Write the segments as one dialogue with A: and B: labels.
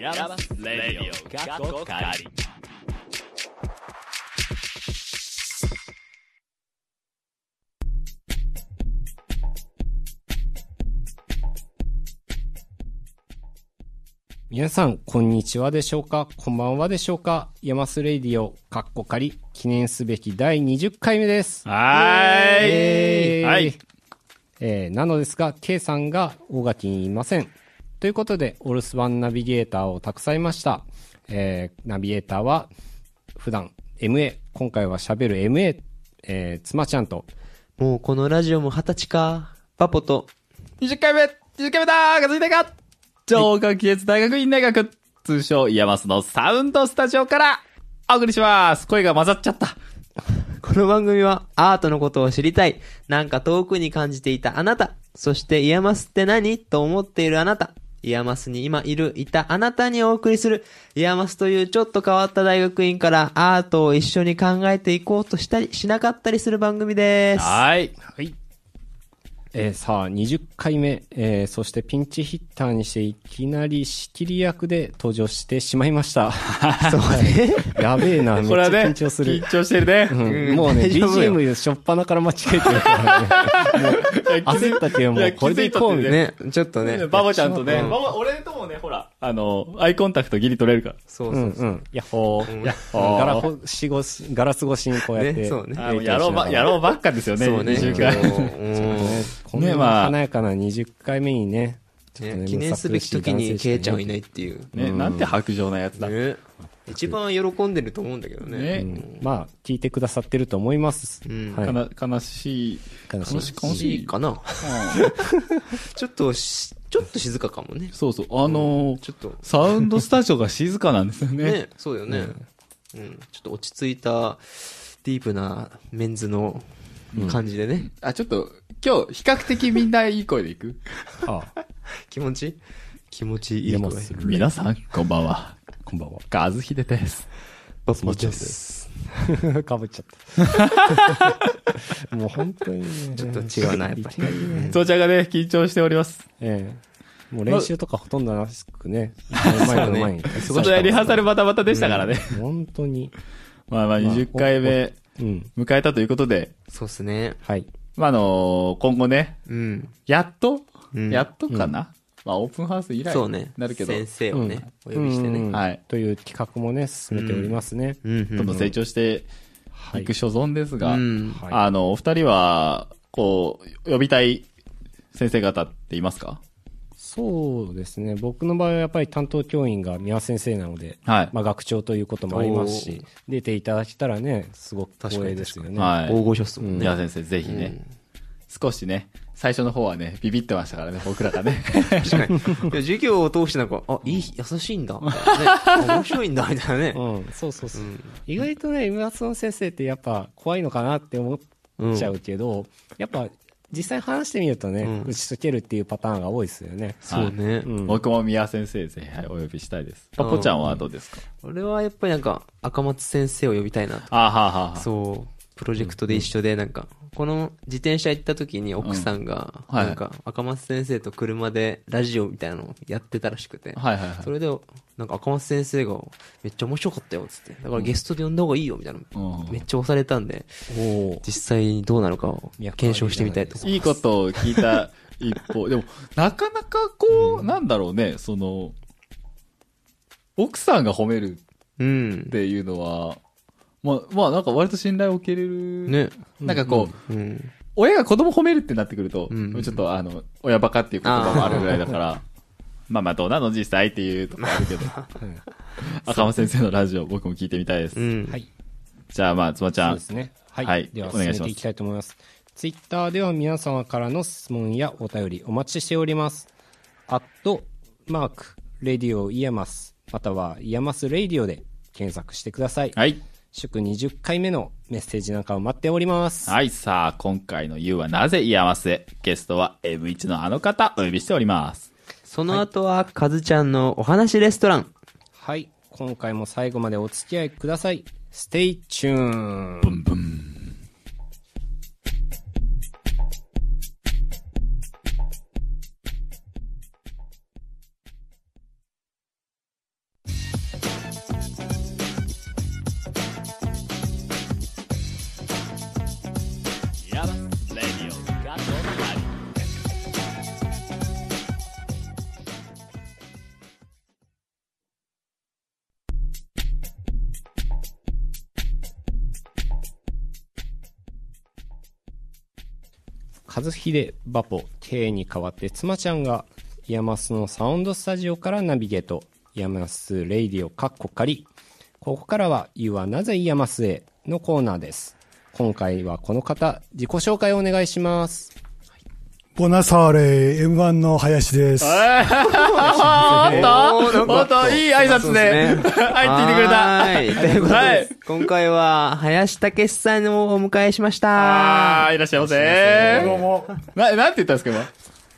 A: ヤマスレディオ過去仮
B: 皆さん、こんにちはでしょうかこんばんはでしょうかヤマスレディオ、カッコ仮、記念すべき第20回目です。
A: はー
B: え
A: い
B: ー
A: はい
B: えーなのですが、K さんが大垣にいません。ということで、お留守番ナビゲーターを託されました。えーナビゲーターは、普段 MA、今回は喋る MA、えー、妻ちゃんと、
C: もうこのラジオも二十歳か。パポと。
A: 20回目 !20 回目だーがついたか超学期越大学院大学通称イヤマスのサウンドスタジオからお送りします声が混ざっちゃった
C: この番組はアートのことを知りたい。なんか遠くに感じていたあなた。そしてイヤマスって何と思っているあなた。イヤマスに今いる、いたあなたにお送りする。イヤマスというちょっと変わった大学院からアートを一緒に考えていこうとしたり、しなかったりする番組です。
A: はい。
B: はい。えーさあ、20回目、えーそしてピンチヒッターにしていきなり仕切り役で登場してしまいました。
C: そうね。
B: やべえ な、めっち
A: これ
B: ゃ
A: はね、
B: 緊張する
A: 緊。張してるね。
B: うんもうね、
C: 大丈夫よ
B: BGM 初っ端から間違えてるからね。 焦ったけど、もうこれでいこうみたいな。
C: ね、ちょっとね。
A: バボちゃんとね、バボ、俺ともね、ほら、あの、アイコンタクトギリ取れるか
C: そう
B: う
C: そ
B: ん
C: うそう。
B: うん。やっほー。やっほ
A: ー
B: ー。ガラほしごしガラス越しにこうやって。
C: ねそうね
A: ら。あのやろうば、やろうばっかですよね、
C: そうね。
A: 20回。
C: もう
B: ねこん
A: ね
B: な
A: まあ
B: 華やかな20回目にね。ちょっと
C: ね
B: ね
C: 記念すべき時にケイちゃんはいないっていう。
A: ね、なんて白状なやつだ。
C: ね、一番喜んでると思うんだけどね。
A: ね
B: うんまあ、聞いてくださってると思います。
C: ん
B: はい
A: かな悲しい。
B: 悲しい
A: 悲しい。悲
C: 楽
A: し
C: し
A: い
C: い。かな
A: うん
C: ちょっとし、ちょっと静かかもね。
A: そうそう。あのー
C: ちょっと
A: サウンドスタジオが静かなんですよね。
C: ね、そうよね、うん。ちょっと落ち着いた、ディープなメンズの感じでね。
A: あ、ちょっと、今日、比較的みんないい声でいく
B: ああ
C: 気持ち気持ちいい
B: で
C: 声
B: も。す る
A: 皆さん、こんばんは。
B: こんばんは。
A: カズヒデです。
C: バスマちゃんです。
B: かぶっちゃった。もう本当にね。
C: ちょっと違うな、やっぱり。
A: 父ちゃんがね、緊張しております。
B: ええ。もう練習とかほとんどなくね。マイクの前に。
A: そこでリハーサルバタバタでしたからね。
B: 本当に。
A: まあまあ、20回目、
B: うん。
A: 迎えたということで、
C: そうっすね。
B: はい。
A: まあ、あのー今後ね、
C: うん。
A: やっと、
C: うん
A: やっとかな、まあ、オープンハウス以来
C: そうね
A: に。なるけど、
C: 先生をね、
B: う
C: お呼びして
B: ん
C: ね。
A: はい
B: という企画もね、進めておりますね。
C: うん。うん
A: どんどん成長していく所存ですが、
C: うん
B: はい
A: あの、お二人は、こう、呼びたい先生方っていますか
B: そうですね。僕の場合はやっぱり担当教員が宮先生なので、
A: はい
B: まあ学長ということもありますし
C: おー、
B: 出ていただけたらね、すごく光栄ですよね。
A: はい。
C: 大御所っすもんね。
A: 宮先生、ぜひね、少しね、最初の方はね、ビビってました からね、僕らがね。
C: 確かに。 いや授業を通してなんか、あ、いい、優しいんだ。みたいなね、あ面白いんだ、みたいなね。
B: うん、そうそうそう。意外とね、村津の先生ってやっぱ怖いのかなって思っちゃうけど、やっぱ実際話してみるとね、
C: うん
B: 打ち解けるっていうパターンが多いですよね。
C: そうね。
B: ん
A: 僕も宮先生、ぜひ、はい、お呼びしたいです。パポちゃんはどうですか、
C: 俺はやっぱりなんか、赤松先生を呼びたいなと。
A: あーはーはーはー
C: そう。プロジェクトで一緒で、なんか、この自転車行った時に奥さんが、
A: うんはい
C: なんか、赤松先生と車でラジオみたいなのをやってたらしくて。
A: はいはいはい
C: それで、なんか赤松先生が、めっちゃ面白かったよ、つって。だからゲストで呼んだ方がいいよ、みたいな。
A: うん
C: めっちゃ押されたんで、
B: おー
C: 実際にどうなのかを検証してみたいと思います。
A: いいことを聞いた一方、でも、なかなかこう、なんだろうね、その、奥さんが褒める
C: うん
A: っ。ていうのは、まあ、まあなんか割と信頼を受けれる。
C: ね。
A: なんかこう、
C: うん。
A: 親が子供褒めるってなってくると、
C: うん
A: ちょっとあの、親バカっていう言葉もあるぐらいだから、まあまあどうなの実際っていうとこあるけど、赤間先生のラジオ僕も聞いてみたいです。
C: うん。
B: はい。
A: じゃあまあ、つまちゃ
B: そうんで。すね。はい。
A: はい
B: では
A: お
B: 進
A: 願い
B: め
A: します
B: ていきたいと思います。ツイッターでは皆様からの質問やお便りお待ちしております。アットマーク、レディオイヤマス、またはイヤマスレディオで検索してください。
A: はい。
B: 祝20回目のメッセージなんかを待っております。
A: はい、さあ、今回の You はなぜイヤマスへゲストは M1 のあの方、お呼びしております。
C: その後は、かずちゃんのお話レストラン。
B: はい。今回も最後までお付き合いください。ステイチューン。ブンブン。和秀バポ K に代わって妻ちゃんがイヤマスのサウンドスタジオからナビゲートイヤマスレイディオカッコ仮ここからは You はなぜイヤマスへのコーナーです今回はこの方自己紹介をお願いします
D: ボナサーレ M1 の林です。
A: あ
C: おーなんか
A: おっと、おっと、いい挨拶で、入ってきてくれた。
C: はい。ということ
A: は
C: で
A: い
C: す、今回は、林武さんをお迎えしました。
A: あー、いらっしゃいま
D: どう
A: せ。
D: も。
A: な、なんて言ったんですか、今。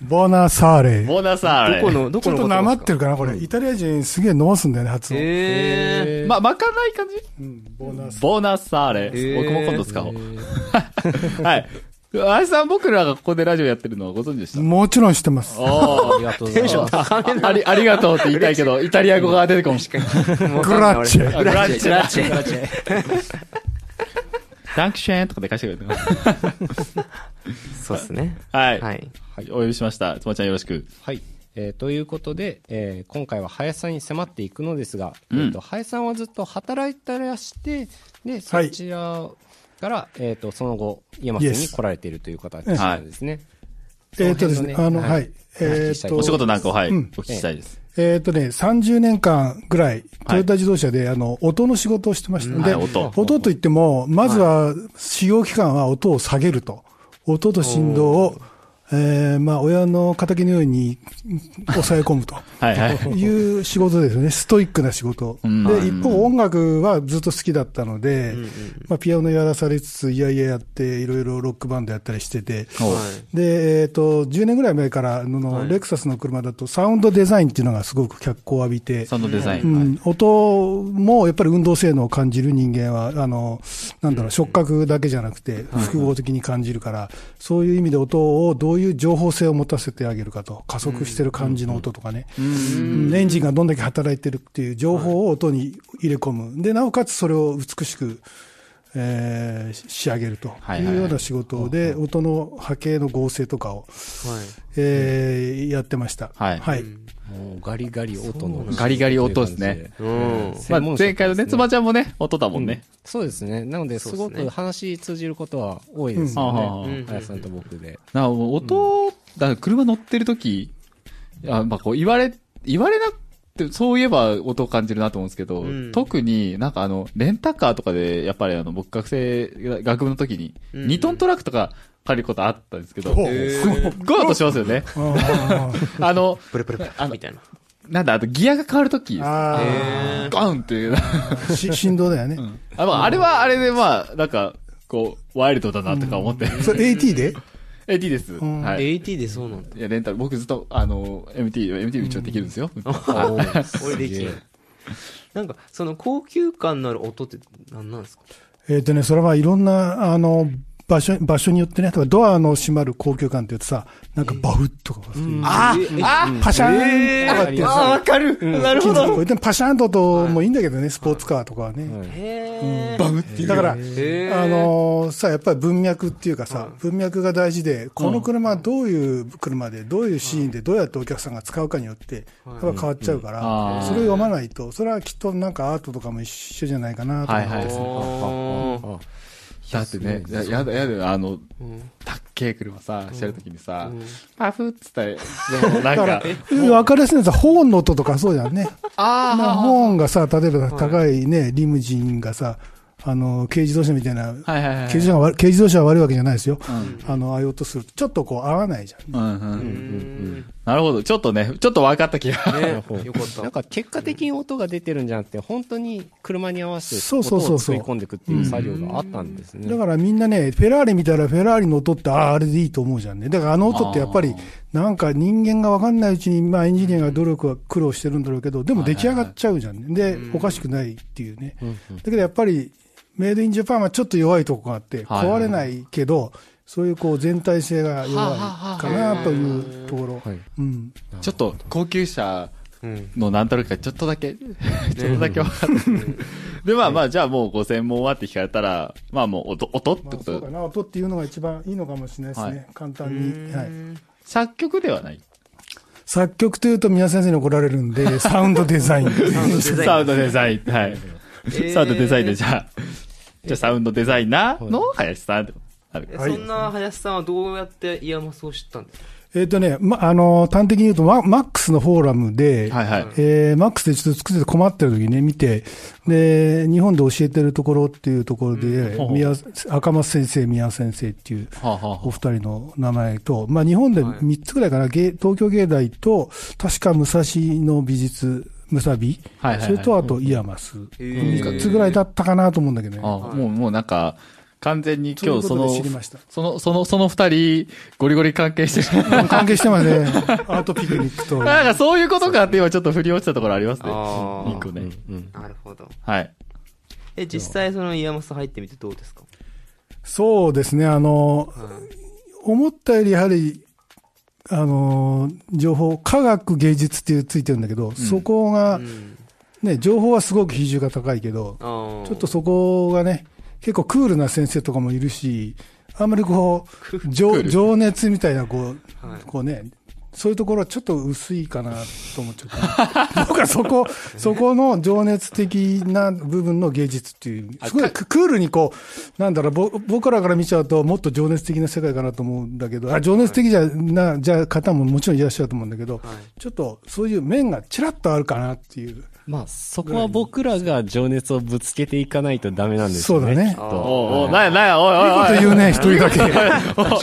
D: ボナサーレ。
A: ボーナスあれ。
C: どこの、ど
D: ち
C: こ
D: ょっ
C: の
D: と
C: こと
D: な
C: で
D: まっ
C: すか
D: てるかな、これ。イタリア人すげえ飲ますんだよね、発音。
C: え
A: ま、まかない感じ
D: うんボナサ
A: ボーナスあれ。
C: ー
A: 僕も今度使おう。はい。あいさん、僕らがここでラジオやってるのはご存知でし
D: ー。
A: た
D: もちろん知ってます。
A: お
B: あ
A: ー
B: りがとうございます
A: あり、ありがとうって言いたいけど、イタリア語が出てこん。
C: ー、もうわ
D: グ
C: かんない
D: ラッチェ。
A: グラッチェ
C: グラッチェ
A: グラッチェダンクシェーンとかで返してくれて。
C: 俺そうですね。
A: はい。
C: は
A: はい。
C: い。
A: お呼びしました。つまちゃんよろしく。
B: はい、えーということで、えー今回は林さんに迫っていくのですが、
A: うん
B: えー、と林さんはずっと働いてらしてで
D: は
B: そ
D: い
B: ちらから、えー、とその後山瀬に来られているという形なんですね。
D: えっとですね、
B: そ
D: あ
B: 辺
D: の、はい。え
B: お聞きしたい
D: っと
B: お
A: お仕、事なんかを、はい、
D: う
A: お
D: ん
A: 聞きしたいです。
D: えっとね、30年間ぐらい、トヨタ自動車で、あの、音の仕事をしてました。
A: は
D: で
A: い、、音。
D: 音といっても、まずは使用期間は音を下げると。音と振動を、えーまあ、親の敵のようにうん抑え込むと。
A: はいはい。
D: いう仕事ですよね。ストイックな仕事。
A: うん
D: で、一方音楽はずっと好きだったので、
C: うんうん
D: まあ、ピアノやらされつつ、いやいややって、いろいろロックバンドやったりしてて、
A: お
C: はい
D: で、えっ、と、10年ぐらい前からあの、
C: はい
D: レクサスの車だとサウンドデザインっていうのがすごく脚光を浴びて、
A: サウンドデザイ
D: う
A: ン。
D: ん、音もやっぱり運動性能を感じる人間は、あの、なんだろう、触覚だけじゃなくて、複合的に感じるから、そういう意味で音をどういう情報性を持たせてあげるかと、加速してる感じの音とかね、うんエンジンがどんだけ働いてるっていう情報を音に入れ込む。で、なおかつそれを美しく、えー仕上げると
A: はいはい
D: い
A: はいう
D: ような仕事で、音の波形の合成とかを、えーやってました。
A: はい
D: はい。
B: もうガリガリ音の
A: ガリガリ音ですね
B: と
C: う。
B: いうん
C: うん。
A: まあ
B: 専門職ですね
A: 前回のね、つまちゃんもね、音だもんね。
B: そうですねなのですご
C: そうです
B: く
C: ね
B: 話通じることは多いですよ
A: うんはあはあ
B: ね、
C: はあ
B: 林さんと僕 で。
A: なもう音、だから車乗ってる時あまあこう言われ、言われなくて、そういえば音を感じるなと思うんですけど、
C: うん
A: 特になんかあの、レンタカーとかで、やっぱりあの、僕学生、学部の時に、
C: うん
A: 2トントラックとか借りることあったんですけど、
D: ほう
A: すっごい音しますよね。
D: あー
A: あの、
C: プルプルプル
A: あの
C: みたいな。
A: なんだ、あとギアが変わる時ガ
D: あー
C: え
A: ンっていう。
D: し 振動だよね。
A: あまああれはあれでまあ、なんか、こう、ワイルドだなとか思って。
D: それ AT で
A: AT です。
D: ん
A: はい。
C: AT でそうなんだ。
A: いや、レンタル、僕ずっと、あの、MT、MT うちはできるんですよ。
C: 俺できん。なんか、その高級感のある音って何なんですか
D: えっ、とね、それはいろんな、あの、場所、場所によってね、例えばドアの閉まる公共感って言うとさ、なんかバフッとか、
C: ああ
D: パシャーンとかって
C: ー
D: やつ
C: あー、わかるなるほ
D: 金属
C: ど
D: こうやってパシャーンと音もいいんだけどね、スポーツカーとかはね。
C: へ
D: バフっていう。だから、あ
C: え
D: のーさ、やっぱり文脈っていうかさ、文脈が大事で、この車はどういう車で、どういうシーンで、どうやってお客さんが使うかによって、やっぱ変わっちゃうか
A: うんうん
D: ら、それを読まないと、それはきっとなんかアートとかも一緒じゃないかなと思って
A: はいはい
C: おー
A: だってね、ややだやだよ、あの、たっけえ車さ、してるときにさ、パフっつったら、でも なん
D: だから
A: か、、
D: 分かりやすいのはさ、ホーンの音とかそうじゃんね。
A: あ
D: まあホーンがさ、例えば高いね、リムジンがさ、あの、軽自動車みたいな、
A: あ、はいはいはい。
D: 軽自動車が悪い軽自動車は悪いわけじゃないですよ。
A: ん
D: あの、ああいう音すると、ちょっとこう合わないじゃん。
A: うんうん。
C: うん
A: なるほど。ちょっとね、ちょっと分かった気が。
C: ねよかった
B: なん。か結果的に音が出てるんじゃなくて本当に車に合わせて
D: そうそう
B: 音
D: そ
B: を
D: うそう
B: 作り込んでいくっていう作業があったんですね。
D: だからみんなね、フェラーリ見たらフェラーリの音って、ああ、あれでいいと思うじゃんね。だからあの音ってやっぱり、なんか人間が分かんないうちに、まあエンジニアが努力は苦労してるんだろうけど、でも出来上がっちゃうじゃんね。で、おかしくないっていうね。だけどやっぱり、メイドインジャパンはちょっと弱いとこがあって、
A: はいはい
D: 壊れないけど、そういうこう全体性が弱いかなというところ。
B: はい
D: うん。
A: ちょっと、高級車
C: うん
A: のなんとなくか、ちょっとだけ、ちょっとだけ分かった。で、まあまあ、じゃあもうご専門はって聞かれたら、まあもう音、音って
D: まあ、
A: こ
D: そうか
A: と、
D: な、音っていうのが一番いいのかもしれないですね。
A: はい
D: 簡単に。はい。
A: 作曲ではない。
D: 作曲というと宮先生に怒られるんで、サウンドデザイン。
A: サウンドデザイン。はい。サウンドデザインで、じゃあ、じゃあサウンドデザイナーの林さんってこと。ある
C: え
D: はい
C: そんな林さんはどうやってイヤマスを知ったんですか
D: えっ、とね、ま、あのー端的に言うと、ママックスのフォーラムで、
A: はいはい。
D: えーマックスでちょっと作ってて困ってる時にね、見て、で、日本で教えてるところっていうところで、
A: うん
D: 宮赤松先生、宮先生っていう、
A: はあはあは
D: お二人の名前と、まあ、日本で
C: はい
D: 3つぐらいかな、芸東京芸大と、確か武蔵野美術、むさび、
A: はいはいはい
D: それとあとイヤマス、
C: ー
D: 3つぐらいだったかなと思うんだけどね。
A: あ
C: はい
A: もう、もうなんか、完全に
D: とい
A: 今日
D: うこ
A: そ
D: と
A: の
D: で、知りました。
A: その、その、その二人、ゴリゴリ関係して る。
D: 関係してま すね。アートピクニックと。
A: なんかそういうことかって今ちょっと振り落ちたところありますね。
C: あー
A: 一個ね。
B: うん。
C: なるほど。
A: はい。
C: え、実際そのイヤマス入ってみてどうですか
D: そうですね、あの、思ったよりやはり、あの、情報、科学芸術っていうついてるんだけど、そこが、
C: ん。
D: ね、情報はすごく比重が高いけど、
C: あー
D: ちょっとそこがね、結構クールな先生とかもいるし、あんまりこう、
A: クー
D: 情
A: ル
D: 情熱みたいな、こう、
C: はい
D: こうね、そういうところはちょっと薄いかなと思っちゃった。 僕はそこ、そこの情熱的な部分の芸術っていう、すごいククールにこう、なんだろう、ぼ僕らから見ちゃうともっと情熱的な世界かなと思うんだけど、あ情熱的じゃな、じゃあ方ももちろんいらっしゃると思うんだけど、ちょっとそういう面がちらっとあるかなっていう。
B: まあ、そこは僕らが情熱をぶつけていかないとダメなんですよね。
D: そうだね
B: きっと
A: おうおう、なやなや、おいおい
D: と
A: おい。
D: いうね、一人だけ。
A: 確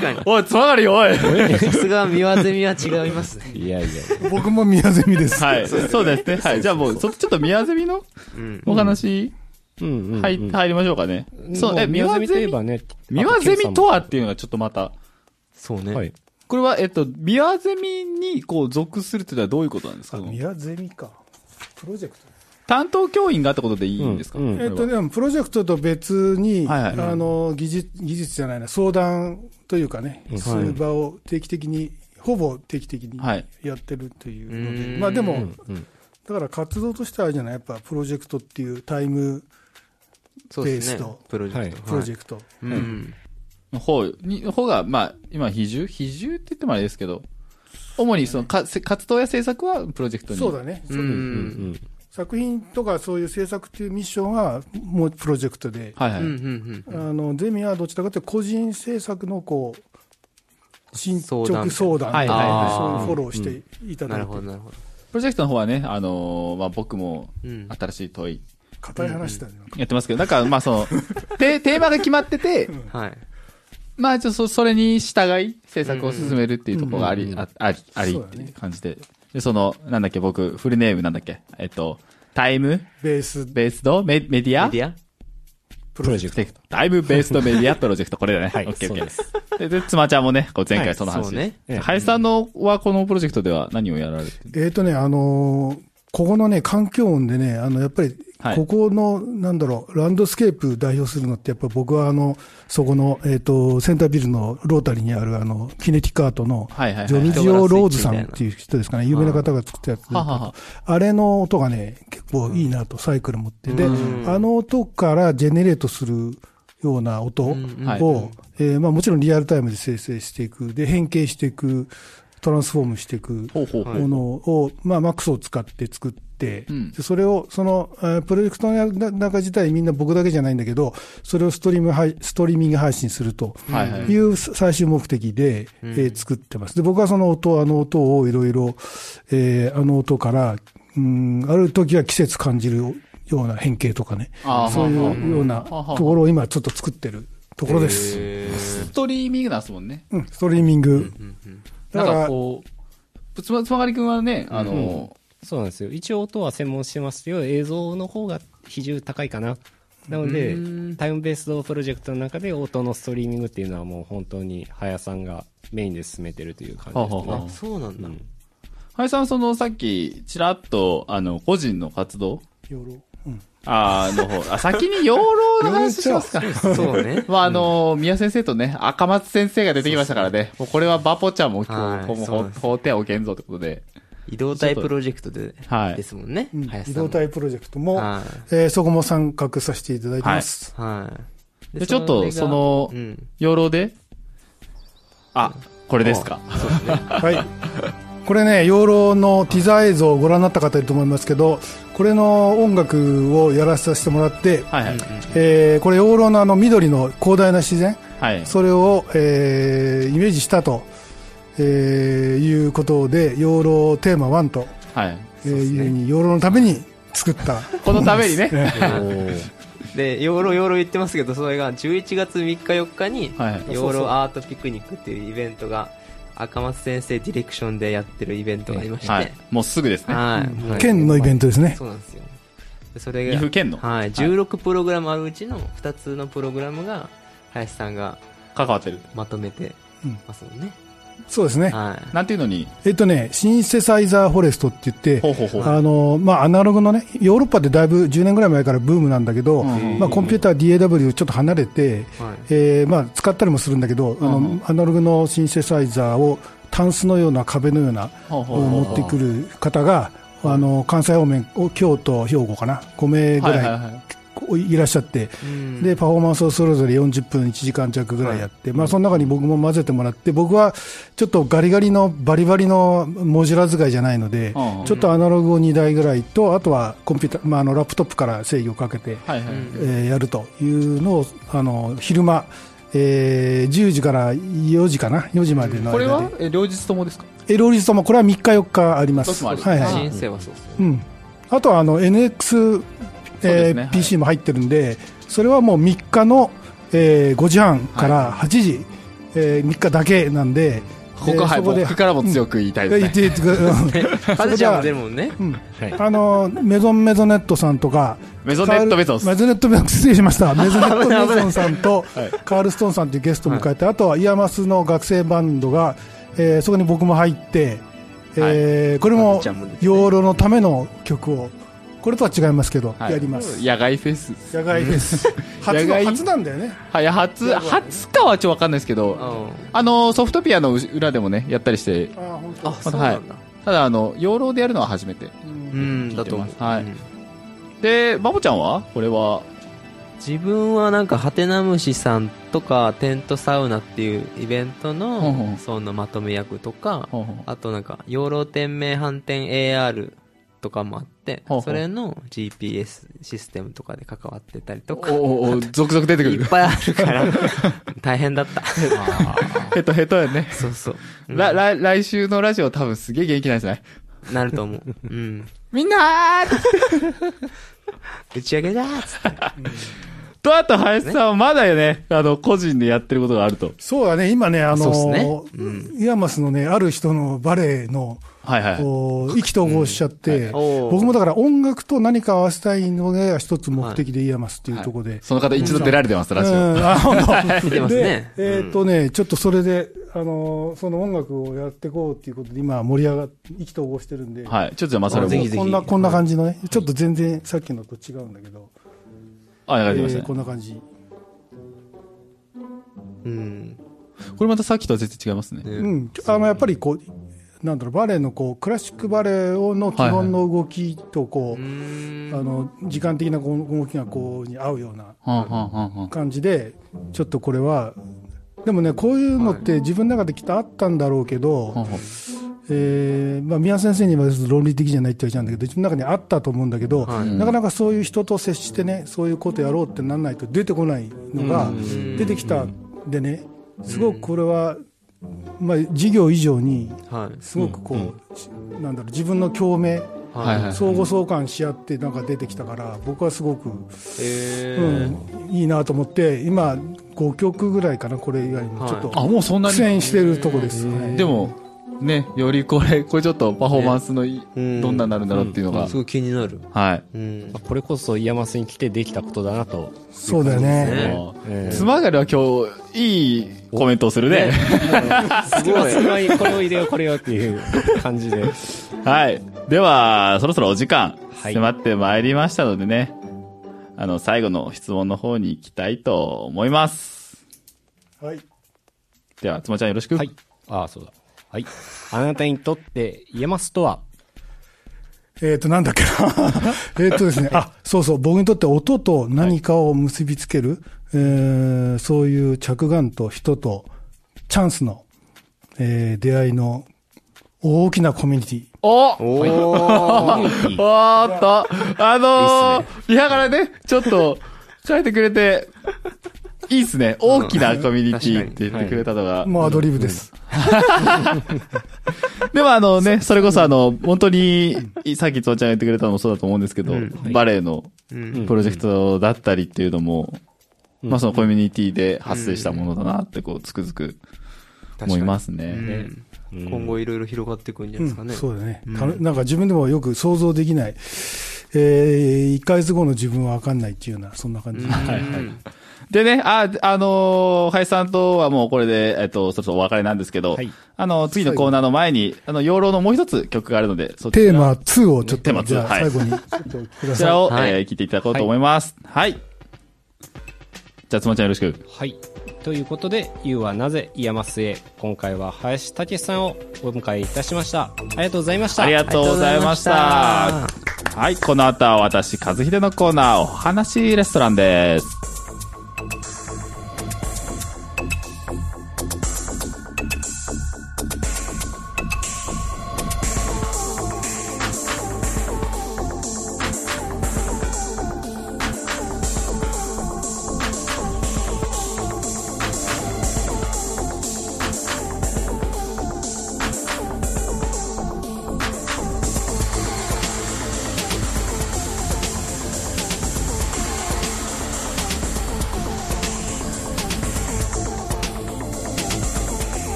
A: かに。おい、つまがりよ、おい。は
C: さすがミワゼミは違いますね。
B: いやいや。
D: 僕も宮ゼミです。
A: い。そうですね。はい。じゃあもう、そちょっと宮ゼミの
C: うん。
A: お話、
B: うんうん、うん。
A: 入入りましょうかね。そう、え、
B: 宮
A: 宮ゼ
B: ゼミ
A: ミ
B: といえばね。
A: ミワゼミと
B: は、
A: はっていうのがちょっとまた。
C: そうね。
B: はい。
A: これは、えっと、ミワゼミにこう属するっていうのはどういうことなんですか
D: あ宮ゼミか。プロジェクト
A: 担当教員がってことでいいんですか、
B: うんうん
D: えっと、
A: ね、
D: でもプロジェクトと別に、
A: はいはい
D: あの技術技術じゃないな、相談というかね、そういう場を定期的に、ほぼ定期的に
A: はい
D: やってるという
C: う
D: ので、
C: ーん
D: まあでも、
B: うん
D: だから活動としてはあれじゃない、やっぱプロジェクトっていうタイム
C: そうです
D: ベース
C: ね
D: と。
C: プロジェクト。
D: プロジェクト、
C: ト。うん。
A: の方に、の方が、まあ、今、比重比重って言ってもあれですけど、主にそのか、せ活動や政策はプロジェクトに。
D: そうだね、
C: う。
B: うんん
D: 作品とかそういう制作っていうミッションは、もうプロジェクトで、
A: はいは
C: う
A: い。
C: ん。うん。
D: あのゼミはどちらかというと、個人制作のこう進捗相
C: 相
D: 談、
A: はいはいはい
D: そういうフォローしていた
C: なる
D: だいて
C: ほど、、なるほど。
A: プロジェクトの方はね、あのーまあ、僕も
C: うん、
A: 新しい問い
D: 硬い話だね、
A: やってますけど、なんか、まあ、その、テテーマが決まってて、
C: はい。
A: まあ、ちょっとそそれに従い、制作を進めるっていうところがあり、ああり、あり
D: そう
A: っ
D: だ
A: て
D: ね
A: いう感じで。で、その、なんだっけ、僕、フルネームなんだっけ、えっと、タイム
D: ベース
A: ベースドメメディア
C: メディア
B: プ
D: プロ
B: ロ
D: ジ
B: ジ
D: ェ
B: ェ
D: ク
B: クト。
A: タイムベースドメディアプロジェクト、これだね。
B: はい
A: オッケーオッ
B: そう
A: ケ
B: で
A: ー。で、で、妻ちゃんもね、こう前回その話。
C: そうね。
B: ええ
A: 林さんのはこのプロジェクトでは何をやられてる
D: ト。えっ、とね、あのーここのね、環境音でね、あの、やっぱり
A: はい、
D: ここの、なんだろう、ランドスケープ代表するのって、やっぱ僕はあの、そこの、えっ、と、センタービルのロータリーにある、あの、キネティカートの、
A: はいはいはい
D: ジョルジオ・ローズさんっていう人ですかね、有名な方が作ったやつ。
A: ははは
D: あれの音がね、結構いいなと、サイクル持って。で、
C: うん
D: あの音からジェネレートするような音を、
C: うん
A: はい
D: えーまあ、もちろんリアルタイムで生成していく、で、変形していく、トランスフォームしていく
A: ほうほうほう
D: ものを、まあ、MAX を使って作って、
A: うん
D: でそれを、その、えープロジェクトの中自体みんな僕だけじゃないんだけど、それをストリーム配、ストリーミング配信すると。
A: はいはい。
D: いう最終目的で、えー作ってます。で、僕はその音、あの音をいろいろ、えーあの音から、うん、ある時は季節感じるような変形とかね、
A: あー
D: そう
A: はあはいあ
D: うようなところを今ちょっと作ってるところです。
A: ストリーミングなんですもんね。
D: うん、ストリーミング。
A: な
D: だ
A: ん
D: か、
A: からこう、つま、つまがりくんはね、あの、
B: そうなんですよ。一応音は専門してますけど、映像の方が比重高いかな。なので、タイムベースドプロジェクトの中で音のストリーミングっていうのはもう本当に、はやさんがメインで進めてるという感じですね。
A: ははは
C: あ、そうなんだ。
A: 林さんはその、さっき、ちらっと、あの、個人の活動
D: 養老うん
A: あーの方、あ、先に養老の話しますか。
C: そうね。
A: まあ、あの、宮先生とね、赤松先生が出てきましたからね。もうこれはバポちゃんも、こ、
C: はいうそう
A: も
C: で
A: う、
C: す
A: 法廷を現像ってことで。
C: 移動体プロジェクトで、
A: はい
C: ですもんね。
D: うん
C: 林
D: 移
C: さん
D: 動
C: も。
D: 体プロジェクトも、
C: はい
D: えーそこも参画させていただいてます。
C: はい。
A: でちょっと、そ
C: れ
A: の
C: が、う、ん。
A: 養老で、あ、これですか。
D: はい。これね、養老のティザー映像をご覧になった方いると思いますけど、これの音楽をやらさせてもらって、
A: はいはい。
D: えーこれ養老のあの緑の広大な自然、
A: いはい。
D: それを、えーイメージしたと、えーいうことで養老テーマ1と、
A: はい。
D: えーいうふうに養老のために作った
A: このためにね。
C: で、養老養老言ってますけど、それが11月3日4日に、
A: はい
C: 養老アートピクニックっていうイベントが、赤松先生ディレクションでやってるイベントがありまして、
A: は。
C: はい
A: もうすぐですね。
C: いはい。
D: 県のイベントですね
C: そうなんですよ。でそれが、
A: 岐阜県の
C: はい、16プログラムあるうちの2つのプログラムが、林さんが
A: 関わってる。
C: まとめてますもんね。
D: そうですね、
C: はい。
A: なんていうのに、
D: えっとねシンセサイザーフォレストって言って
A: ほうほうほう。
D: あのまあ、アナログのね、ヨーロッパでだいぶ10年ぐらい前からブームなんだけど、
A: うん
D: まあ、コンピューター DAW ちょっと離れて、
C: はい
D: えーまあ、使ったりもするんだけど、あ
A: う
D: のアナログのシンセサイザーをタンスのような壁のような
A: ほうほうほう
D: 持ってくる方が、あの関西方面、お京都、兵庫かな、5名ぐ
A: はいはい
D: らい
A: はい。
D: こいらっしゃって、
C: うん
D: でパフォーマンスをそれぞれ40分、1時間弱ぐらいやって、まあ、その中に僕も混ぜてもらって、僕はちょっとガリガリのバリバリの文字ら使いじゃないので、
A: うん
D: ちょっとアナログを2台ぐらいと、あとはコンピュータ、まあ、あのラップトップから制御をかけて、
A: はいはい。
D: えーやるというのをあの昼間、えー10時から4時かな、4時までの間で、
A: これは、え両日ともですか
D: え両立ともこれは3日、4日ありま
A: どっち
D: す。
A: もある
D: はいはい
C: 人生はそう ですね。
D: うん、あとはあの NX、
A: そうで
D: え
A: す
D: ー
A: ねはい
D: PC も入ってるんで、それはもう3日の、えー5時半から8時、え3日だけなんで、
A: ここは
D: えー
A: い、
D: そこで
A: 僕からも強く言いたいです
D: 言っ
A: ね。
D: て言ってくうん
C: カズちゃんも出るもんね。
B: はい。
D: あのメゾンメゾネットさんとか、
A: メゾネットベゾス
D: カールメゾネットベゾス、失礼しま した、メゾネットベゾンさんと、
A: い
D: カールストーンさんというゲストを迎えて、あとはイヤマスの学生バンドが、えーそこに僕も入って、えーこれ
C: ま
D: も
C: ずちゃんも出てね
D: 養老のための曲を、これとは違いますけど、
A: はい
D: やります。
A: 野外フェス。
D: 野外フェス初
A: 野
D: の
A: 外
D: 初なんだよね
A: はい、初、初かはちょっとわかんないですけ
C: う
A: ど、
C: ん
A: あの、ソフトピアの裏でもね、やったりして、
D: あ本当
C: あ、そうなんだ。
A: ただ、あの、養老でやるのは初めて。
C: うん、だと思
A: 聞いてま
C: う。
A: すはい
C: うん
A: で、バボちゃんはこれは、
C: 自分はなんかハテナムシさんとかテントサウナっていうイベン
A: ほ
C: ト
A: うほ
C: の
A: う
C: そのまとめ役とか
A: ほうほう
C: あとなんか養老天命反転 AR とかもあって
A: ほうほう
C: それの GPS システムとかで関わってたりとか
A: おおお、続々出てく
C: い
A: る
C: っ。ぱいあるから 大変だった
A: ヘトヘトやね。
C: そうそう、うん
A: ら、来、来週のラジオ多分すげえ元気なんですね。
C: なると思う、うん、
A: みんなー
C: 打ち上げだーっつって
A: と、あと、林さんはまだよね、あの、個人でやってることがあると。
D: そうだね今ねあ
C: そうっす
D: の
C: ね
D: イヤマスのねある人のバレエの
A: はいはい。
D: こう意気投合しちゃって、
C: おー
D: 僕もだから音楽と何か合わせたいのが一つ目的でイヤマスっていうところで、
A: その方一度出られてます、ラジ
D: う
A: オ。
D: ん、あ本 当
C: 出てますね
D: でえーっとね、ちょっとそれで、あのーその音楽をやっていこうっていうことで、今、盛り上がって、意気投合してるんで、
A: はい。ちょっとじゃあ、まさるも。
C: ぜひぜひ
D: こんな、こんな感じのね、ちょっと全然さっきのと違うんだけど、
A: あ、
D: え
A: 流れてきました
D: ー
A: ね。
D: こんな感じ。
C: うん
A: これまたさっきとは全然違いますね。
D: うん、あのやっぱりこうなんだろうバレエのこうクラシックバレエの基本の動きとこう、あの時間的なこう動きがこうに合うような
A: はんはんはんはん。
D: 感じでちょっとこれはでもねこういうのって自分の中できっとあったんだろうけど、
A: はんはん
D: えーまあ、宮先生には論理的じゃないって言われちゃうんだけど自分の中にあったと思うんだけど、
C: はい
D: なかなかそういう人と接してねそういうことやろうってなんないと出てこないのが
C: ん
D: 出てきたんでねすごくこれは、まあ、事業以上に
C: はい
D: すごくこう、しなんだろう自分の共鳴
A: はいはい
D: 相互相関し合ってなんか出てきたから僕はすごく、
C: え
D: うん、いいなと思って今5曲ぐらいかなこれ以外にも
C: はい
D: ちょっと
A: あ、もうそんな
D: 苦
A: に。
D: 戦してるとこです、はい
A: でも、ね、よりこれ、これちょっとパフォーマンスのい、
C: うん
A: どんなになるんだろうっていうのが
C: す。ごい気になる
A: はい。
C: うん
B: まあこれこそ、イヤマスに来てできたことだなと。
D: そうだよ
C: ね
D: ね
A: もう
B: ええ
A: つまがりは今日、いいコメントをするね。
B: すごい。すごい、これを入れよう、これよって いう感じで。
A: はい。では、そろそろお時間、
B: はい
A: 迫ってまいりましたのでね、あの、最後の質問の方に行きたいと思います。
D: はい
A: では、つまちゃんよろしく。
B: はい。ああ、そうだ。はい。あなたにとって、イヤマスとは、
D: えっ、と、なんだっ けな。えっとですね、あ、そうそう、僕にとって音と何かを結びつける、えーそういう着眼と人とチャンスの、えー出会いの大きなコミュニティ。
A: お
C: おー
A: おーっと、あのー、いやからね、ちょっと、書いてくれて、いいっすね。大きなコミュニティって言
B: 確か
A: っ
B: に
A: てくれたのが。
D: もうアドリブです。
A: でもあのね、それこそあの、本当に、さっきつおちゃんが言ってくれたのもそうだと思うんですけど、バレエの
C: うん。
A: プロジェクトだったりっていうのも、まあそのコミュニティで発生したものだなってこう、つくづく思います
C: う
A: ね。
C: ん今後いろいろ広がっていくんじゃ
D: う
C: ないで
D: ん
C: すかね。
D: そうだね、たなんか自分でもよく想像できない。えー、1ヶ月後の自分は分かんないっていうような、そんな感じ。
A: でね、あ、あのー、林さんとはもうこれで、えっと、そろそろお別れなんですけど、
B: はい
A: あの、次のコーナーの前に、あの、養老のもう一つ曲があるので、そちら
D: テーマ2をちょっ
A: テーマ
D: と、
A: 2
D: じゃあ
A: はい
D: 最 後に、ちょっとくだ
A: こち
D: さい
A: ら。を、
C: はい
A: えー聞いていただこうと思います。はい。じゃあ、つまちゃんよろしく。
B: はい。ということで、ゆうはなぜイヤマスへ、今回は林武さんをお迎えいたしました。ありがとうございました。
A: ありがとうございました。
C: ありがとうございま
A: はい、この後は私、和秀のコーナー、お話レストランです。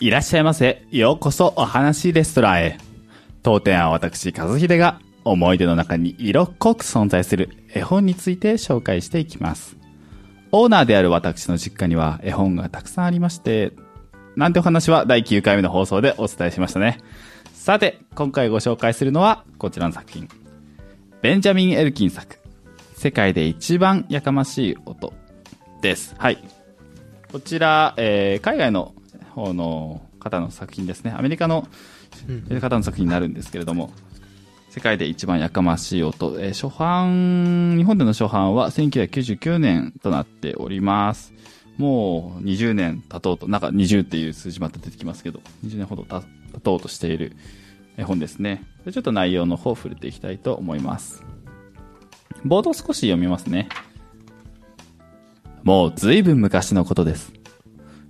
A: いらっしゃいませ。ようこそお話レストランへ。当店は私、和秀が思い出の中に色濃く存在する絵本について紹介していきます。オーナーである私の実家には絵本がたくさんありまして、なんてお話は第9回目の放送でお伝えしましたね。さて、今回ご紹介するのはこちらの作品。ベンジャミン・エルキン作。世界で一番やかましい音です。はい。こちら、えー海外の方の方の作品ですね。アメリカの方の作品になるんですけれども、世界で一番やかましい音、えー初版、日本での初版は1999年となっております。もう20年経とうと、なんか20っていう数字また出てきますけど、20年ほどた経とうとしているえー本ですね。でちょっと内容の方を触れていきたいと思います。冒頭少し読みますね。もうずいぶん昔のことです。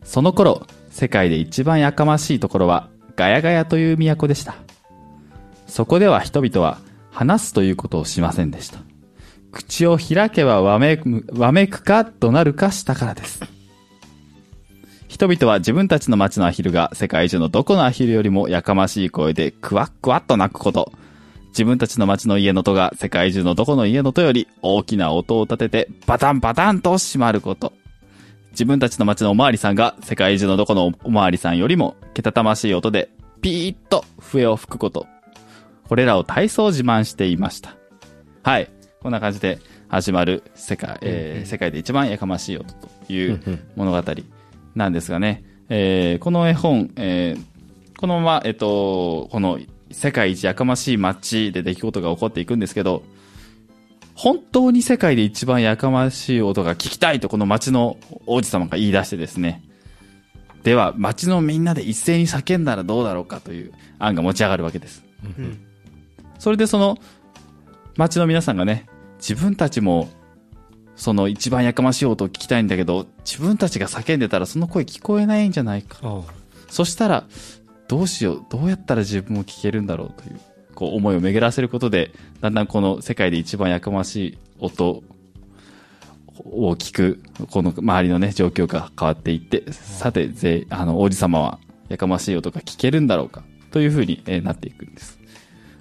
A: その頃、世界で一番やかましいところはガヤガヤという都でした。そこでは人々は話すということをしませんでした。口を開けばわめく、わめくか怒鳴るかしたからです。人々は自分たちの町のアヒルが世界中のどこのアヒルよりもやかましい声でクワックワッと鳴くこと。自分たちの町の家の戸が世界中のどこの家の戸より大きな音を立ててバタンバタンと閉まること。自分たちの町のおまわりさんが世界中のどこのおまわりさんよりもけたたましい音でピーッと笛を吹くこと。これらを体操自慢していました。はい。こんな感じで始まる世界、えー世界で一番やかましい音という物語なんですがね、えーこの絵本、えーこのまま、えっと、この世界一やかましい街で出来事が起こっていくんですけど、本当に世界で一番やかましい音が聞きたいとこの町の王子様が言い出してですね。では、町のみんなで一斉に叫んだらどうだろうかという案が持ち上がるわけです。
C: ん
A: それでその、町の皆さんがね、自分たちも、その一番やかましい音を聞きたいんだけど、自分たちが叫んでたらその声聞こえないんじゃないか。
B: あ
A: そしたら、どうしよう、どうやったら自分も聞けるんだろうという、こう思いを巡らせることで、だんだんこの世界で一番やかましい音を聞く、この周りのね、状況が変わっていって、さて、ぜあの、王子様はやかましい音が聞けるんだろうか、というふうに、えーなっていくんです。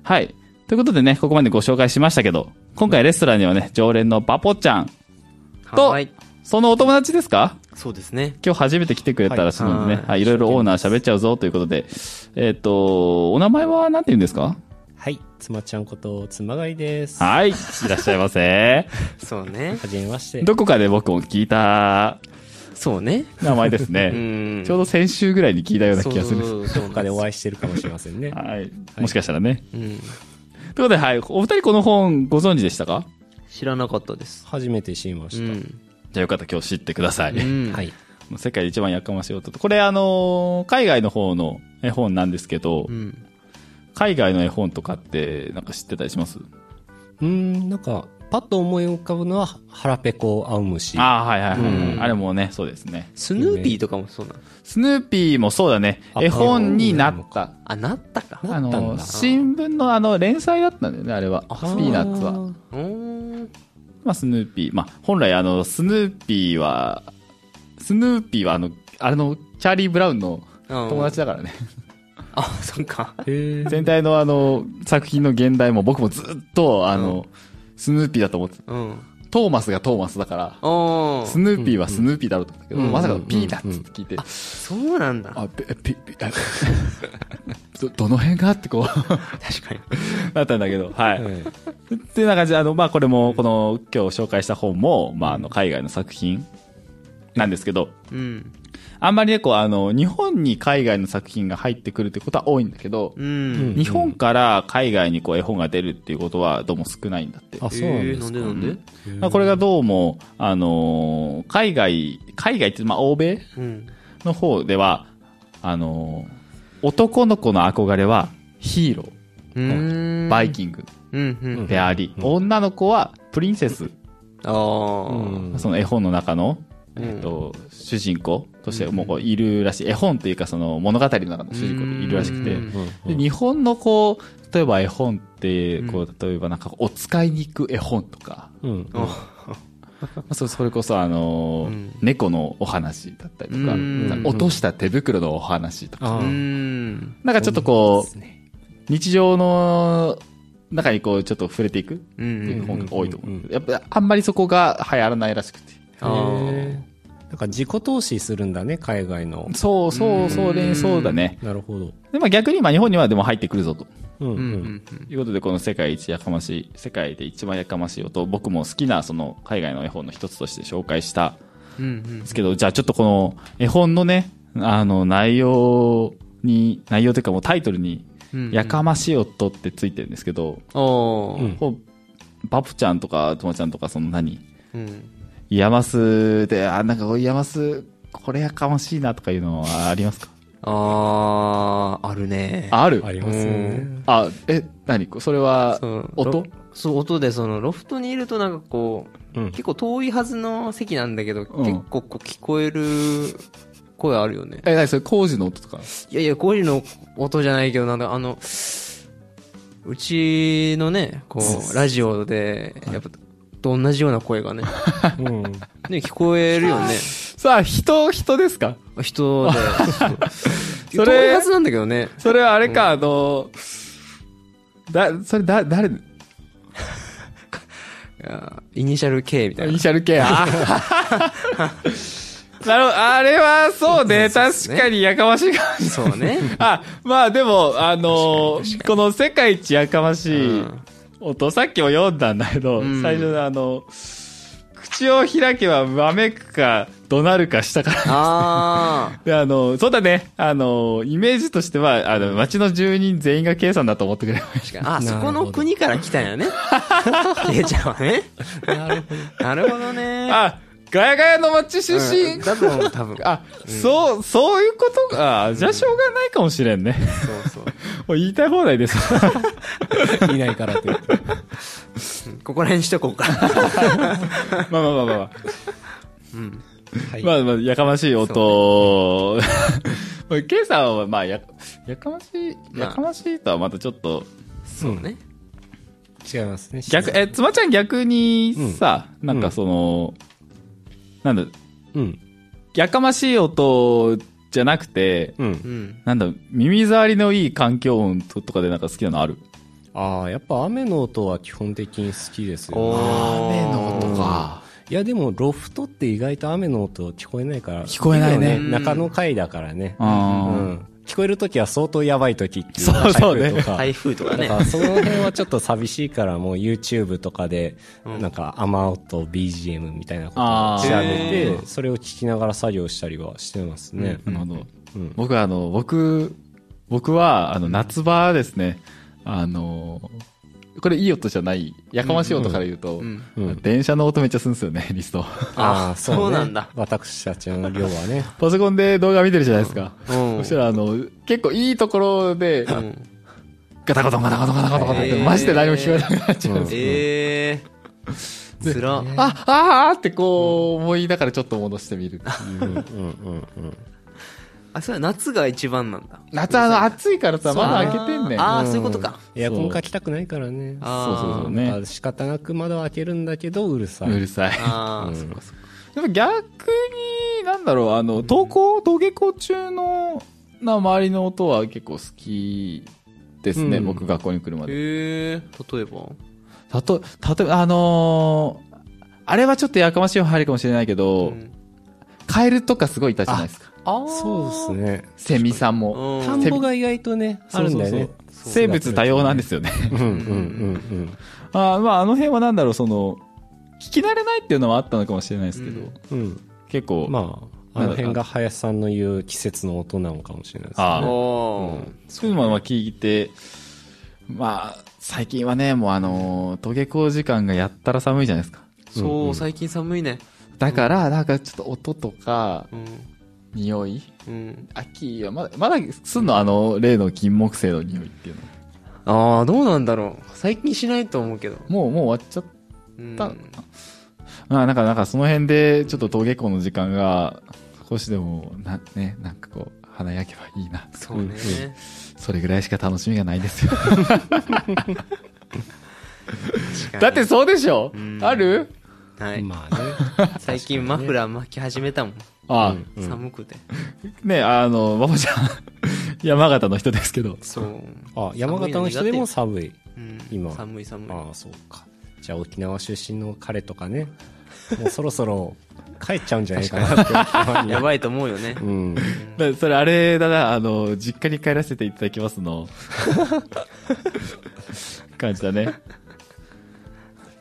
A: はい。ということでね、ここまでご紹介しましたけど、今回レストランにはね、常連のパポちゃん、と
C: はい。
A: そのお友達ですか
C: そうですね。
A: 今日初めて来てくれたらしいのでね、
C: はい
A: はい、いろいろオーナー喋っちゃうぞということで、えっ、と、お名前は何て言うんですか
B: はい、妻ちゃんこと妻がいです。は
A: はい、いらっしゃいませ。
C: そ うね。
B: じめまし て。
A: どこかで僕も聞いた
C: そうね。
A: 名前です
C: う
A: ね。
C: ん。
A: ちょうど先週ぐらいに聞いたような気がするんです。
C: そうそうそ
B: ど
C: う
B: っかでお会いしてるかもしれませんね。
A: はい。もしかしたらね。
C: うん。
A: ということで、はい。お二人この本ご存知でしたか
C: 知らなかったです。
B: 初めて知りま
C: う
B: した。
C: ん。
A: じゃあよかった、今日知ってください。
C: うん。
B: はい。
A: 世界で一番やかましい男。これあのー海外の方の絵本なんですけど、
C: うん。
A: 海外の絵本とかってなんか知ってたりします
B: うん、なんか、パッと思い浮かぶのは、腹ペコアオムシ。
A: ああ、はいはいはい、はい
C: うん
A: あれもね、そうですね。
C: スヌーピーとかもそうなの。
A: スヌーピーもそうだね。
B: あ
A: 絵本になった。
C: あ、なったか。
A: あ
B: ったん
A: の、
B: だ
A: 新聞のあの、連載だったんだよね、あれは。ピ
B: あー
A: ーナッツは。。
C: うーん。
A: まあ、スヌーピー。まあ、本来あの、スヌーピーは、スヌーピーはあの、あれの、チャーリー・ブラウンの友達だからね。
C: あ、そっか。
B: へえ。
A: 全体のあの、作品の現代も僕もずっと、あの、スヌーピーだと思ってた
C: うん。
A: トーマスがトーマスだから、
C: お
A: ス
C: ー。
A: ヌーピーはスヌーピーだろうと思ったけど、
B: うん
A: まさかのピーナッツって聞いて、
C: そうなんだ。
A: あ、ピ、ピ、ピ、あ ど、どの辺がってこう、
C: 確かに。
A: なったんだけど、はい。
B: はい
A: っていうような感じで、あの、まあ、これも、この、今日紹介した本も、まあ、あの、海外の作品なんですけど、
C: うん。
A: あんまりね、こう、あの、日本に海外の作品が入ってくるってことは多いんだけど、
C: うん。
A: 日本から海外にこう、絵本が出るっていうことは、どうも少ないんだって。
B: あ、そうなん
C: え
B: で
C: ーな
B: す
C: ん
B: か
C: で。なんで
A: まあ、これがどうも、あのー海外、海外って、まあ、欧米
C: うん。
A: の方では、あのー男の子の憧れはヒーロ
C: う
A: ー、
C: ーん。
A: バイキング
C: うん。うん。
A: であり、女の子はプリンセス、
C: ああ。
B: うん
A: その絵本の中の、
C: うん
A: えっと、主人公としてもうこういるらしい。絵本というかその物語の中の主人公でいるらしくて
C: う。ん
A: で日本のこう、例えば絵本って、こう、例えばなんかお使いに行く絵本とか、
B: うん。
A: まあそうそれこそあのー
C: うん
A: 猫のお話だったりとか、
C: うん
A: なんか落とした手袋のお話とか、
B: あ
C: う
B: ー
C: ん。
A: なんかちょっとこ
B: そううですね
A: 日常の中にこうちょっと触れていく
C: う
A: ってい
C: ん。
A: う本が多いと思う。
B: うんうんうん
A: やっぱあんまりそこが流行らないらしくて。
C: あー
B: へーなんか自己投資するんだね、海外の。
A: そうそうそう
C: う
A: ね、
C: ん
A: そうだね。
B: なるほど。
A: で、まあ逆に今日本にはでも入ってくるぞと。
B: うん
C: う
B: うん。
C: ん。
A: ということで、この世界一やかましい、世界で一番やかましい音、僕も好きなその海外の絵本の一つとして紹介したん
C: うん。うん
A: ですけど、じゃあちょっとこの絵本のね、あの内容に、内容というかもうタイトルに、
C: うん。
A: やかましい音ってついてるんですけど、
C: おー。
A: こうバプちゃんとかともちゃんとかその何
C: うん。
A: イヤマスで、あ、なんかこうイヤマス、これやかましいなとかいうのはありますか
C: あー、あるね。
A: ある
B: ありますよね。
A: あ、え、何それは
C: そう、
A: 音
C: ロそう、音で、その、ロフトにいるとなんかこう、
B: うん
C: 結構遠いはずの席なんだけど、
A: うん
C: 結構こう聞こえる声あるよね。
A: え、何それ工事の音とか
C: いやいや、こういうの音じゃないけど、なんだ、あの、うちのね、こう、ラジオで、やっぱ、と同じような 声がね、
B: うん。
C: ね、聞こえるよね。
A: さあ、人、人ですか
C: 人で。
A: それ
C: そう遠いはずなんだけどね。
A: それはあれか、あの、だ、それだ、誰、イ
C: いやイニシャル K みたいな
A: ニ。シャル系、あ なるほど、あれはそうね、確かにやかましいかもしれない
C: そうね。
A: あ、まあでも、あのこの世界一やかま
C: う
A: しい
C: ん
A: 音、さっきも読んだんだけど、
C: うん
A: 最初のあの、口を開けばわめくか、怒鳴るかしたから。
C: あ
A: で、あの、そうだね。あの、イメージとしては、あの、街の住人全員が K さんだと思ってくればいい
C: ー。確かに。
B: な
C: あ、
B: る
C: そ
B: ほ
C: こ
B: ど
C: の国から来たんや ね。K ちゃんはね。
B: なるほど。
C: なるほどね。
A: あ、ガヤガヤの街出
C: うん
A: 身
C: だと思う、多分。
A: あ、そう、そういうことか。あじゃあしょうがないかもしれんね。
C: そうそう。
A: もう言いたい放題です。
B: いないからということ
C: ここら辺しとこうか。
A: まあまあまあまあまあ。
B: はい。
A: まあまあ、やかましい音。 まあ、ケイさんは、まあ、や、やかましい、
C: ま
A: や
C: あ
A: かましいとはまたちょっと、
B: そう
C: ね。
B: 違います ね。
A: 逆、え、つまちゃん逆にさ、なんかその、なんだ、
B: うん。
A: やかましい音じゃなくて、
B: うん
C: う。ん。
A: なんだ、耳障りのいい環境音ととかでなんか好きなのある
B: ああ、やっぱ雨の音は基本的に好きですよ、
C: お
B: ね。
C: ー。雨の
A: とか。
B: いや、でもロフトって意外と雨の音聞こえないから。
A: 聞こえないね
B: いいよ中の階だからね。
A: あ
B: う
A: ー
B: ん。聞こえるときは相当やばいときっていう
A: そうそうね
B: 台風とか
C: 台風とか
B: だ
C: ね
B: か。らその辺はちょっと寂しいからもう YouTube とかで、なんか雨音 BGM みたいなことを調べて、それを聞きながら作業したりはしてますね。
A: なるほど。僕は、あの、僕、僕は、あの、夏場ですね、あの、これいい音じゃない、やかましい音から言うと、電車の音めっちゃするんですよね、リスト。
B: ああ、
C: そう
B: ね
C: なんだ
B: 私たちの量はね。
A: パソコンで動画見てるじゃないですか。
C: うん
A: そしたら、あの、結構いいところで、
C: うん
A: ガタガタガタガタガタガタガタっ
C: へ
A: て、
C: ー
A: マジで何も聞こえなくなっちゃうんですよ。
C: えー。つら。
A: あ、あーあーってこう思いながらちょっと戻してみるっていう。
C: あ、それは夏が一番なんだ。
A: 夏あの暑いからさ、まだ開けてんねん。
C: あーあー、そういうことか。
B: エアコンかきたくないからね。
A: そうそう
C: あ
A: そ
C: ー
A: う
B: だか
A: ね。
B: ら仕方なく窓を開けるんだけど、うるさ
A: うる
B: い。
A: さい。
C: あー
A: でも逆に、なんだろう、あの、登校、登下校中の、な、周りの音は結構好きですね、
B: うん
A: 僕学校に来るまで。
C: へえー。例えば
A: たと、たと、あのーあれはちょっとやかましい入るかもしれないけど、
C: うん
A: カエルとかすごいいたじゃないですか。
C: あー
B: そうですね。
A: セミさんも。
C: うん
B: 田んぼが意外とね、あるんだよね。
A: そう生物多様なんですよね。
B: うんうんうんうん。
A: あーまあ、あの辺はなんだろう、その、聞き慣れないっていうのはあったのかもしれないですけど、
C: うん
B: うん、
A: 結構、
B: まあ、あの辺が林さんの言う季節の音なのかもしれないですね。
A: あー
C: おー
A: そういうのは聞いて、まあ、最近はね、もうあのー、登下校時間がやったら寒いじゃないですか。
C: そう、最近寒いね。
A: だから、なんかちょっと音とか、
C: うん。
A: 匂い、
C: うん。
A: 秋はまだ、まだ、すんのあの、例の金木犀の匂いっていうの。
C: ああ、どうなんだろう。最近しないと思うけど。
A: もう、もう終わっちゃっ
C: うん
A: たのかな。あなんか、なんかその辺で、ちょっと登下校の時間が、少しでも、な、ね、なんかこう、花焼けばいいな。
C: そうね。
A: それぐらいしか楽しみがないですよ。
C: 確か に
A: だって、そうでしょある
C: はい。
B: まあね。
C: 最近マフラー巻き始めたもん。
A: あ、
C: 寒くて。
A: ね、あの、馬場ちゃん、 山形の人ですけど。
C: そう。
B: あ、山形の人でも寒い。
C: うん
B: 今
C: 寒い寒い。
B: ああ、そうか。じゃあ沖縄出身の彼とかね、もうそろそろ帰っちゃうんじゃないかなっていう気は
C: やばいと思うよね。
B: うん。
A: だそれあれだな、あの、実家に帰らせていただきます の。感じだね。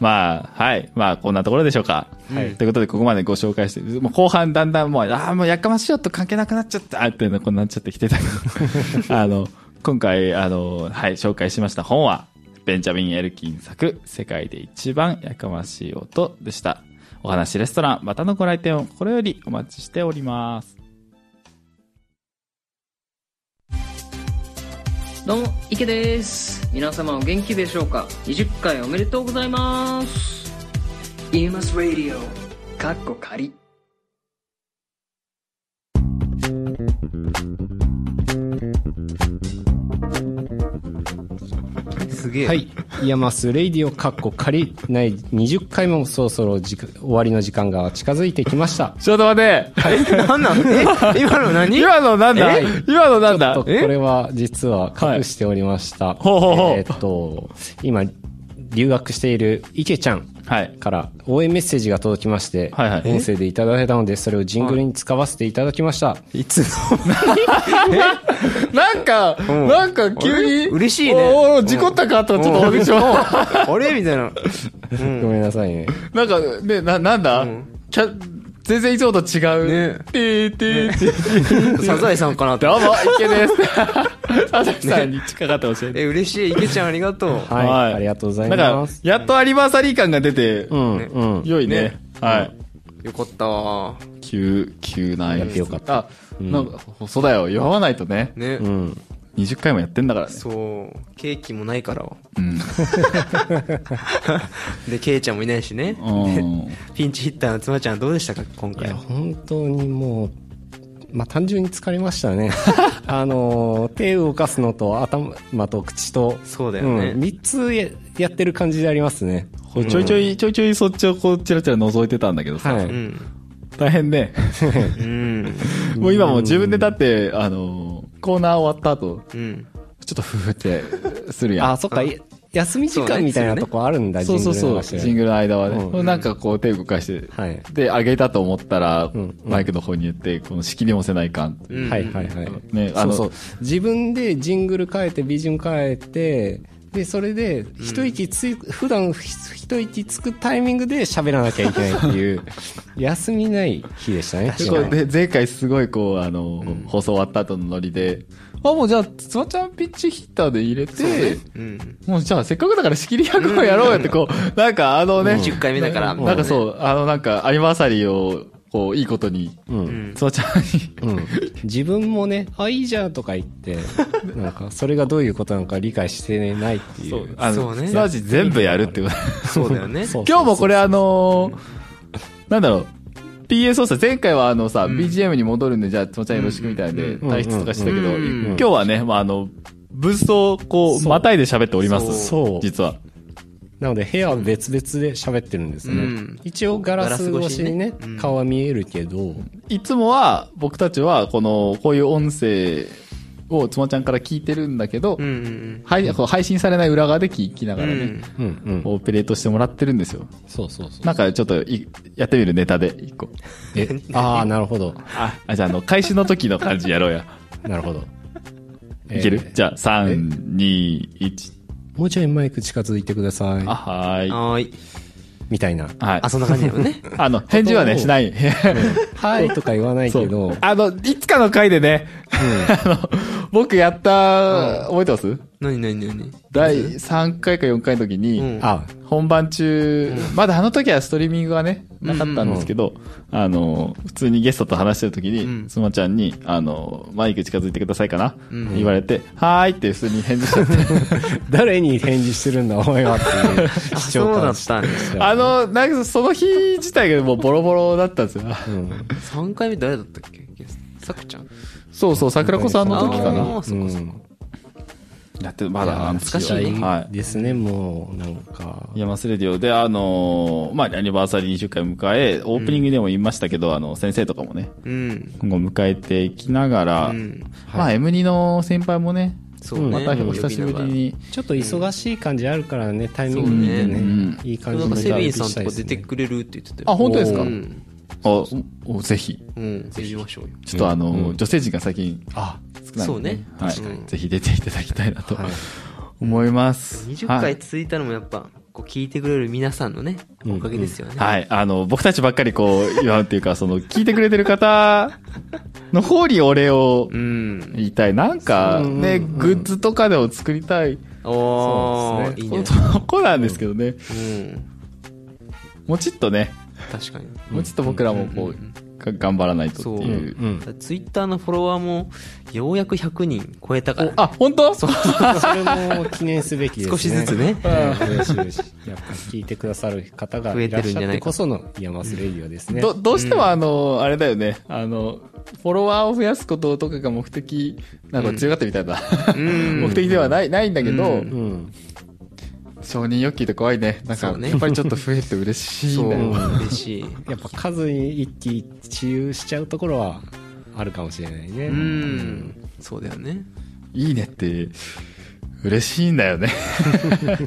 A: まあ、はい。まあ、こんなところでしょうか。はい。ということで、ここまでご紹介して、もう後半だんだんもう、ああ、もうやかましいよと関係なくなっちゃったっていうのこんなになっちゃってきてたけ ど。あの、今回、あの、はい、紹介しました本は、ベンジャミン・エルキン作、世界で一番やかましい音でした。お話レストラン、またのご来店を心よりお待ちしております。
E: どうも池です皆様お元気でしょうか20回おめでとうございます EMS Radio かっこ仮
C: すげえ。
B: はい。イヤマスレイディオカッコ仮ない20回もそろそろ時間終わりの時間が近づいてきました。
A: ちょっと待て、
C: な んなんえ今の何
A: 今のなんだ
C: え
A: 今のなんだ
B: とこれは実は隠しておりました。
A: ほうほうほう
B: えーっと、今、留学している池ちゃん
A: はい。
B: から応援メッセージが届きまして、
A: はいはい
B: 音声でいただいたので、それをジングルに使わせていただきました。
C: いつ
A: なんか、なんか急に。
C: 嬉しいね
A: おーおー事故ったかとちょっと思ってしまう。
C: あれみたいな。
B: ごめんなさいね。
A: なんか、ね、な、なんだキャ全然いつもと違う。
C: ね
A: てーてーてー。
C: サザエさんかなって
A: ど。うも、池です。 朝日さんに近かったかもしれない。
C: え、嬉しい。いけちゃんありがとう。
B: はい。ありがとうござい
A: なん
B: ま
A: か
B: す。、
A: やっとアニバーサリー感が出て、
B: うん、うん。
A: 良いね
C: ね。
A: はい。
C: よかったわ。
A: 急、急な。
B: やってよかった
A: あなんか、そうだよ。祝わないとね。
C: ね。
B: うん。
A: 20回もやってんだからね。
C: そう。ケーキもないから。
A: うん。
C: で、ケイちゃんもいないし ね。
A: うん。
C: ピンチヒッターの妻ちゃんどうでしたか今
B: い
C: 回
B: や、。本当にもう、まあ、単純に疲れましたね。あのー、手を動かすのと頭、まあ、と口と、
C: そうだよね
B: ん、3つややってる感じでありますね。
A: こうちょいちょい、ちょいちょいそっちをこう、ちらちら覗いてたんだけどさ、
B: は
C: う
B: い。
C: ん。
A: 大変 ね。
C: うん。
A: もう今もう自分でだって、あのー、コーナー終わった後、
C: うん。
A: ちょっとふふってするやん。
B: あ、そっか、い休み時間みたいなとこあるんだ、
A: そうそうそう、ジン
B: グル
A: グルの間はね。
B: うん
A: これなんかこう手動かして、
B: はい
A: で、上げたと思ったら、
B: ん
A: マイクの方に言って、この仕切りもせないかん。
C: うん
B: 流してる。はいはいはい。
A: ね、あ
B: そう
A: の、
B: そう。自分でジングル変えて、ビジュン変えて、で、それで、一息つい、普段ひ一息つくタイミングで喋らなきゃいけないっていう、休みない日でしたね。
A: でこれで前回すごいこう、あの、放送終わった後のノリで、あ、もうじゃあ、つまちゃんピッチヒッターで入れて、
C: うん。
A: もうじゃあせっかくだから仕切り役をやろうよってこう、なんかあのね、
C: 20回目だから
A: なんかそう、あのなんかアニバーサリーを、こう、いいことに、
C: うん。
A: つまちゃんに、
B: 自分もね、あ、いいじゃんとか言って、なんか、それがどういうことなのか理解してないっていう。
A: そう、あ
C: そうね
A: の、すなわち全部やるってこと。
C: そうだ よね。
B: そう
A: 今日もこれあのーなんだろう。PA 操作、前回はあのさ、BGM に戻るんで、じゃあ、つもちゃんよろしくみたいなんで、
B: ん
A: 退出とかしてたけど、
C: うんうん
A: 今日はね、まあ、あの、ブーストをこう、またいで喋っております。
B: そう
A: 実は。
B: なので部屋は別々で喋ってるんですね。
C: うん
B: 一応ガラス越しにね、
C: ガラス越しにねうん
B: 顔は見えるけど、
A: いつもは、僕たちは、この、こういう音声をつもちゃんから聞いてるんだけど、
C: うんうん
A: はいこう配信されない裏側で聞きなが
C: う
A: らね、
C: ん。
B: うんうん。
A: オペレートしてもらってるんですよ。
B: そうそう そう。
A: なんかちょっとい、やってみるネタで、一個。
B: え、ああ、なるほど。
A: あ、あじゃあ、あの、開始の時の感じやろうや。
B: なるほど。
A: いける、
B: えー
A: じゃあ、3、2、1。
B: もうちょいマイク近づいてください。
A: あ、はーい。
C: はーい。
B: みたいな。
A: はい
C: あ、。そんな感じだよね。
A: あの、返事はね、しない。
B: はいとか言わない
A: そ
B: け
A: う
B: ど。、
A: あの、いつかの回でね、 あの、僕やった、覚えてます
C: なになに なに
A: 第3回か4回の時に、
C: うん
B: あ、
A: 本番中、まだあの時はストリーミングはね、なかったんですけど、あの、普通にゲストと話してる時
C: うん
A: に、すまちゃんに、あの、マイク近づいてくださいかな、言われて、はーいって普通に返事しちゃって、
B: 誰に返事してるんだ、お前はっていう視聴
C: そうだ
B: 感
C: ったんです
A: あの、なんかその日自体がもうボロボロだったんですよ。
C: 3回目誰だったっけゲストさくちゃん
A: そうそう、桜子さんの時か
C: あ
A: な
C: ー。そっかそっか
A: やって、まだ、
C: 懐かしい
A: はい。
B: ですね、もう、なんか。
A: ヤマスレディオで、あのーまあ、アニバーサリー20回迎え、オープニングでも言いましたけど、あの、先生とかもね、
C: うん。
A: 今後迎えていきながら、
C: うん。
A: まあ、M2 の先輩もね、
C: そうね。
A: また久しぶりに、
B: ちょっと忙しい感じあるからね、タイミング見てね、
C: そう
A: ね
B: いい感
C: な
B: じ
C: んか
B: に
C: セビン
B: サ
C: さ
B: ービス
C: ん
B: した
C: と
B: いで
C: か出
B: す
C: て
B: ね
C: くれるって言ってたよ。
A: あ、本当ですか
B: お
C: う
B: ー
C: ん。
A: あおおぜひ。
C: うん。呼びましょうよ。
A: ちょっとあのー女性陣が最近、あ、少ない
C: そう
A: ので、
C: ね
A: はい。
C: 確かに
A: ぜひ出ていただきたいなと、思います。
C: 20
A: は
C: 回
A: い
C: 続いたのもやっぱ、こう聞いてくれる皆さんのね、おかげですよね。
A: はい。あの、僕たちばっかりこう、言わんっていうか、その、聞いてくれてる方の方にお礼を
C: うん。
A: 言いたい。なんか、ね、グッズとかでも作りたい。
C: お
B: そう
C: ー、
B: で
C: いい
A: こ
C: ね
A: の。とこなんですけどね。
C: うん。
A: もうちっとね、
C: 確かに。
A: もうちっと僕らもこう、が頑張らないとっていう。
B: うん。
C: ツイッターのフォロワーも、ようやく100人超えたから。
A: あ、本当
B: それも記念すべきですね。
C: 少しずつね
B: うん。嬉しい嬉しい。やっぱ聞いてくださる方が
C: 増え
B: い
C: て
B: らっ
C: るん
B: し
C: じ
B: ゃ
C: ゃないか
B: ってこその山スレイディオですね。
A: ど、どうしてもあの、あれだよね。あの、フォロワーを増やすこととかが目的、なんか違ってみたいな。目的ではない、ないんだけど、
B: うん。
A: 承認欲求って怖いね。なんか、
C: そうね
A: やっぱりちょっと増えて嬉しい
C: そ
A: ん
C: う、
A: だよね。
C: 嬉しい。
B: やっぱ数に一喜一憂しちゃうところはあるかもしれないね。
C: うん。そうだよね。
A: いいねって、嬉しいんだよね。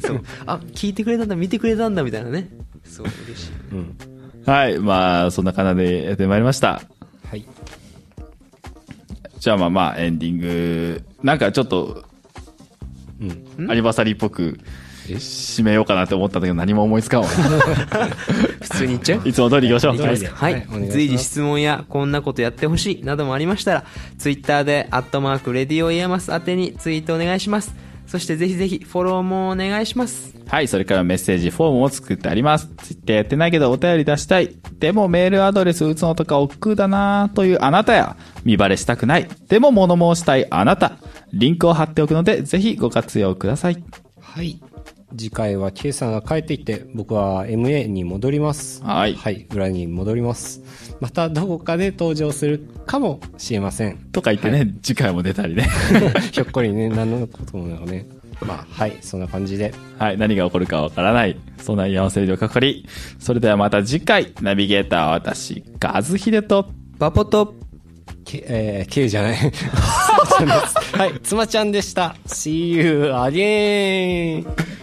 C: そう。あ、聞いてくれたんだ、見てくれたんだ、みたいなね。そう、嬉しい。
B: うん。
A: はい。まあ、そんな感じでやってまいりました。
B: はい。
A: じゃあまあまあ、エンディング、なんかちょっと、アニバーサリーっぽく、締めようかなって思ったんだけど、何も思いつかんわ。
C: 普通に言っちゃう
A: いつも通り行きましょ
B: は
A: う
B: い。
C: はい、
B: お願いします
C: 随時質問やこんなことやってほしいなどもありましたらツイッターで「アットマークレディオイヤマス」宛てにツイートお願いしますそしてぜひぜひフォローもお願いします
A: はい、それからメッセージフォームも作ってあります。ツイッターやってないけどお便り出したい。でもメールアドレス打つのとか億劫だなというあなたや、見バレしたくない。でも物申したいあなた。リンクを貼っておくので、ぜひご活用ください。
B: はい。次回は K さんが帰ってきて、僕は MA に戻ります。
A: はい
B: はい。裏に戻ります。またどこかで登場するかもしれませ ん。
A: とか言ってね、次回も出たりね。
B: ひょっこりね、何のこともなくね。まあ、はい。そんな感じで。
A: はい、何が起こるかわからない。そんな山セリオかかり。それではまた次回、ナビゲーターは私、和秀と、
C: バポと
B: け、えー、K じ ゃない。つまちゃんですはい。つまちゃんでした。See you again!